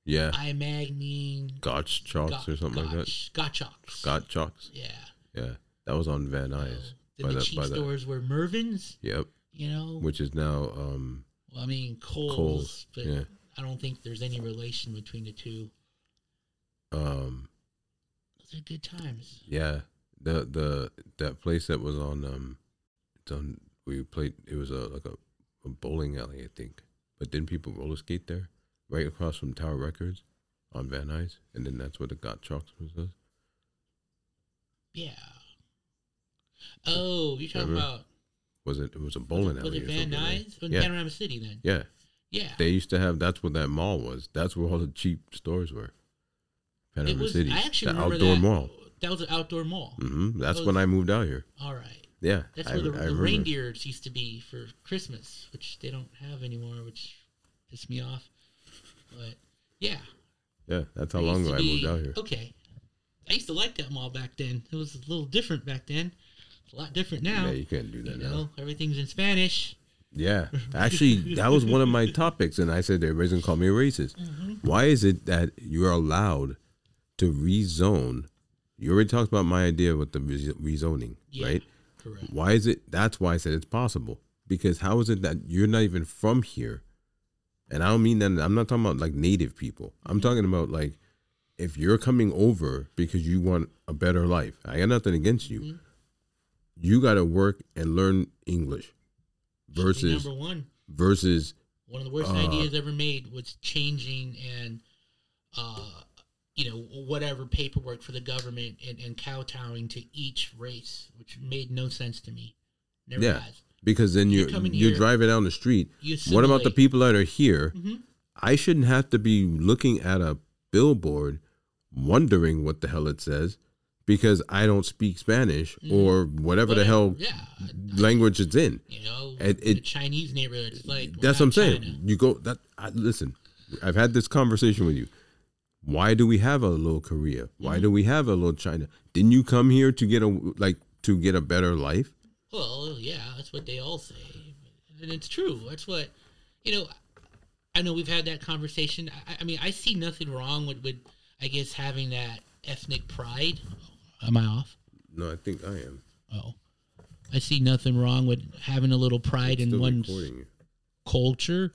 S1: Yeah.
S2: I Magnine,
S1: Gotch Chalks or something like that.
S2: Gotchocks.
S1: Scott Chalks.
S2: Yeah.
S1: Yeah. That was on Van
S2: So,
S1: Nuys.
S2: Then
S1: By
S2: the
S1: the-
S2: cheap
S1: by the-
S2: stores were Mervin's,
S1: Yep.
S2: you know.
S1: Which is now um
S2: well, I mean Coles,
S1: Kohl's.
S2: but
S1: Yeah.
S2: I don't think there's any relation between the two.
S1: um
S2: Those are good times.
S1: yeah. The the that place that was on um it's on we played it was a like a, a bowling alley, I think. But didn't people roller skate there? Right across from Tower Records on Van Nuys. And then that's where the Got Chalks was.
S2: Yeah. Oh, you're talking
S1: Remember?
S2: about
S1: Was it it was a bowling
S2: was
S1: alley
S2: it
S1: or
S2: Van
S1: something, right?
S2: Nuys? Or
S1: Yeah.
S2: Panorama City then?
S1: Yeah.
S2: Yeah.
S1: They used to have. That's where that mall was. That's where all the cheap stores were.
S2: it
S1: Panama
S2: was
S1: City,
S2: I actually
S1: the
S2: remember
S1: outdoor
S2: that.
S1: mall.
S2: That was an outdoor mall.
S1: hmm That's
S2: Those-
S1: when I moved out here.
S2: All right.
S1: Yeah,
S2: That's
S1: I-
S2: where the,
S1: I
S2: the
S1: remember.
S2: reindeers used to be for Christmas, which they don't have anymore, which pissed me off. But yeah,
S1: Yeah, that's how
S2: It
S1: long
S2: used
S1: ago
S2: to
S1: I moved
S2: be-
S1: out here.
S2: Okay. I used to like that mall back then. It was a little different back then. It's a lot different now.
S1: yeah, you can't do
S2: you
S1: that now.
S2: know, everything's in Spanish.
S1: Yeah, actually, that was one of my topics, and I said they're raising call me a racist.
S2: Mm-hmm.
S1: Why is it that you're allowed to rezone? You already talked about my idea with the re- rezoning,
S2: Yeah,
S1: right?
S2: Correct.
S1: Why is it? That's why I said it's possible. Because how is it that you're not even from here? And I don't mean that. I'm not talking about like native people. I'm talking about like if you're coming over because you want a better life. I got nothing against you.
S2: Mhm.
S1: You got to work and learn English
S2: Should be
S1: versus
S2: number one.
S1: versus
S2: One of the worst
S1: Uh,
S2: ideas ever made was changing and, uh, you know, whatever paperwork for the government and, and kowtowing to each race, which made no sense to me. Never
S1: Yeah.
S2: has.
S1: because then
S2: You're
S1: you're
S2: coming
S1: you're
S2: here.
S1: driving down the street.
S2: You
S1: What about the
S2: assimilate.
S1: people that are here?
S2: Mhm.
S1: I shouldn't have to be looking at a billboard wondering what the hell it says because I don't speak Spanish or whatever the hell
S2: Mm-hmm. Yeah.
S1: language it's in.
S2: You know,
S1: It-
S2: in a
S1: it-
S2: Chinese neighborhood. It's like we're
S1: That's
S2: not
S1: what I'm saying.
S2: China.
S1: You go that I, listen. I've had this conversation with you. Why do we have a little Korea?
S2: Mm-hmm.
S1: Why do we have a little China? Didn't you come here to get a like to get a better life?
S2: Well, yeah, that's what they all say, and it's true. That's what you know. I know we've had that conversation. I, I mean, I see nothing wrong with, with, I guess, having that ethnic pride. Am I off?
S1: No, I think I am.
S2: Oh, I see nothing wrong with having a little pride
S1: It's
S2: in
S1: still
S2: one's
S1: recording you.
S2: culture.